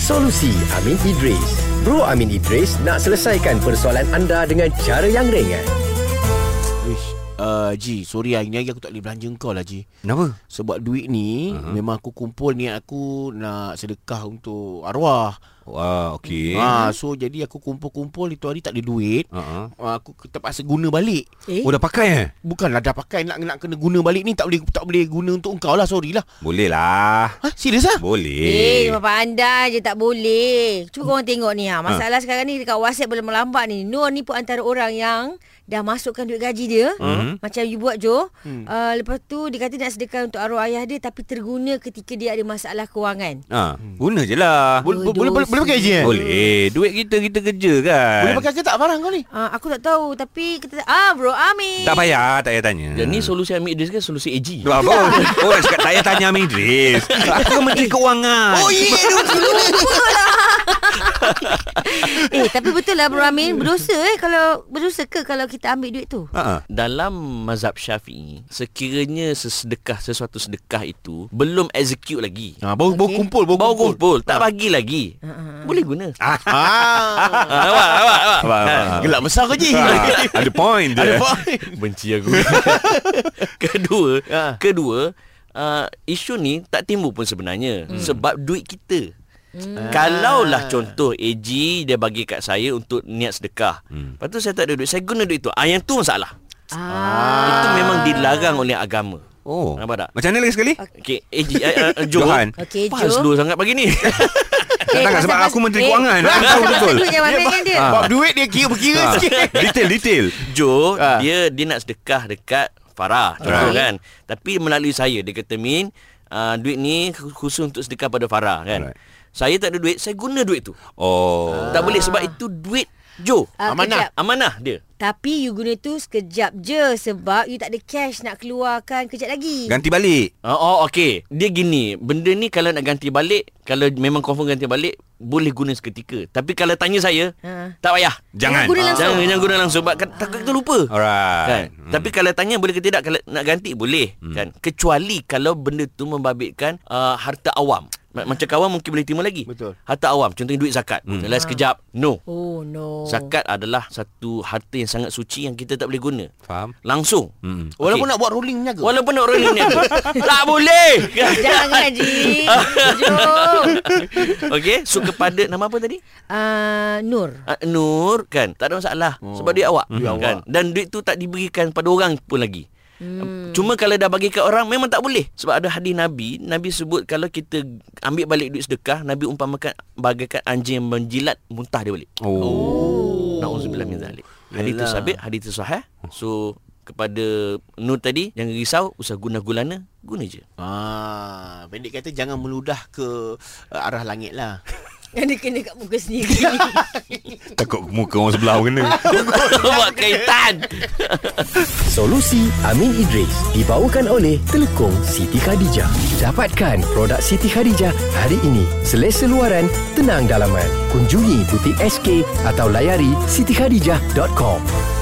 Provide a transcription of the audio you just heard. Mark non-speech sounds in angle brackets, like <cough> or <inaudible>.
Solusi Amin Idris Bro Amin Idris nak selesaikan persoalan anda dengan cara yang ringan Wish. Uh, Ji, sorry lah. Ini hari aku tak boleh belanja kau lah, Ji. Kenapa? Sebab duit ni, uh-huh. memang aku kumpul niat aku nak sedekah untuk arwah. Wah, okey. Ah, so, jadi aku kumpul-kumpul itu hari tak ada duit. Uh-huh. Ah, aku ke- terpaksa guna balik. Oh, dah pakai eh? Bukanlah dah pakai nak nak kena guna balik ni tak boleh tak boleh guna untuk engkau lah, sorry lah. Boleh lah. Ha, serius ah? Boleh. <laughs> Eh, eh pandai je tak boleh. Cuba korang tengok ni ha. Masalah ha. sekarang ni dekat WhatsApp belum melambat ni. Nur ni pun antara orang yang dah masukkan duit gaji dia. Mhm. Macam you buat Jo. Hmm. Uh, lepas tu dia kata nak sedekah untuk arwah ayah dia tapi terguna ketika dia ada masalah kewangan. Ha, guna je lah. Boleh boleh boleh, boleh, boleh pakai je. eh? Boleh. Duit kita, kita kerja kan. Boleh pakai ke tak barang kau ni? Uh, aku tak tahu tapi kita ah bro Amin. Tak payah, tak payah tanya. Lah, Dan ni solusi Amir Idris ke solusi AG? Apa? Orang cakap tak payah tanya Amin <laughs> Idris. Aku kan Menteri Kewangan. Oh, ye. Eh tapi betul lah bro <laughs> Amin berdosa eh kalau berdosa ke kalau kita ambil duit tu? Ha. Dalam mazhab syafi'i, sekiranya sesedekah, sesuatu sedekah itu belum execute lagi. Ha, baru, baru Okey. kumpul, baru, Baru kumpul. kumpul, Ah. tak bagi lagi. Boleh guna. Ah. Ah, awak, Abang, awak, awak. abang. Ha. Gelap besar kau, Ji. Ha, <laughs> Ada point dia. Ada point. Ah. Eh, Benci aku <laughs> Ah. Kedua Ha. Kedua uh, Isu ni tak timbul pun sebenarnya hmm. Sebab duit kita Hmm. Kalaulah contoh AG dia bagi kat saya untuk niat sedekah. Hmm. Lepas tu saya tak ada duit. Saya guna duit tu. Ah yang tu masalah. Ah. Itu memang dilarang oleh agama. Oh. Nampak tak? Macam mana <laughs> lagi sekali? Okey, AG uh, uh, Johan. Johan. Okey, Pas Jo. slow sangat <laughs> pagi ni. Eh, Tak tahu sebab aku Menteri <laughs> Kewangan. Aku tahu betul. Ah. Betul. eh, Duit yang mana kan dia? Bab duit dia kira berkira Ha. sikit. <laughs> Detail, detail. Jo Ha. Ah. dia dia nak sedekah dekat Farah contoh Alright. kan tapi melalui saya dia kata Min uh, duit ni khusus untuk sedekah pada Farah kan Alright. saya tak ada duit saya guna duit tu Oh. tak boleh sebab itu duit Jo Ah, Amanah. amanah. amanah dia Tapi you guna tu sekejap je sebab you tak ada cash nak keluarkan kejap lagi. Ganti balik. uh, oh okey dia gini benda ni kalau nak ganti balik kalau memang confirm ganti balik boleh guna seketika tapi kalau tanya saya Ha. tak payah Jangan. guna langsung. jangan jangan guna langsung sebab kan- takut kita lupa kan Alright. hmm. tapi kalau tanya boleh ke tidak kalau nak ganti boleh hmm. kan kecuali kalau benda tu membabitkan uh, harta awam Ma- macam kawan mungkin boleh terima lagi Betul. harta awam contohnya duit zakat hmm. Last sekejap no Oh no. zakat adalah satu harta yang sangat suci yang kita tak boleh guna Faham? langsung Hmm. Walaupun Okey. nak buat rolling menyaga. walaupun nak rolling ni tak boleh <laughs> <laughs> Jangan Ji. Jo. okey so kepada nama apa tadi Uh, Nur. Uh, Nur kan tak ada masalah oh. sebab duit awak duit kan awak. dan duit tu tak diberikan pada orang pun lagi Hmm. Cuma kalau dah bagi kat orang memang tak boleh sebab ada hadis Nabi, Nabi sebut kalau kita ambil balik duit sedekah, Nabi umpamakan bagaikan anjing yang menjilat muntah dia balik. Oh. Nauzubillah min zalik. Hadis tu sabit, hadis tu sahih. So kepada Nur tadi jangan risau usah guna gulana, guna je. Ah, pendek kata jangan meludah ke uh, arah langit lah. Yang dia kena kat muka sendiri. Takut muka orang sebelah kena. Oh, <laughs> Buat kaitan. Solusi Amin Idris dibawakan oleh Telukong Siti Khadijah. Dapatkan produk Siti Khadijah hari ini. Selesa luaran, tenang dalaman. Kunjungi butik SK atau layari sitikhadijah.com.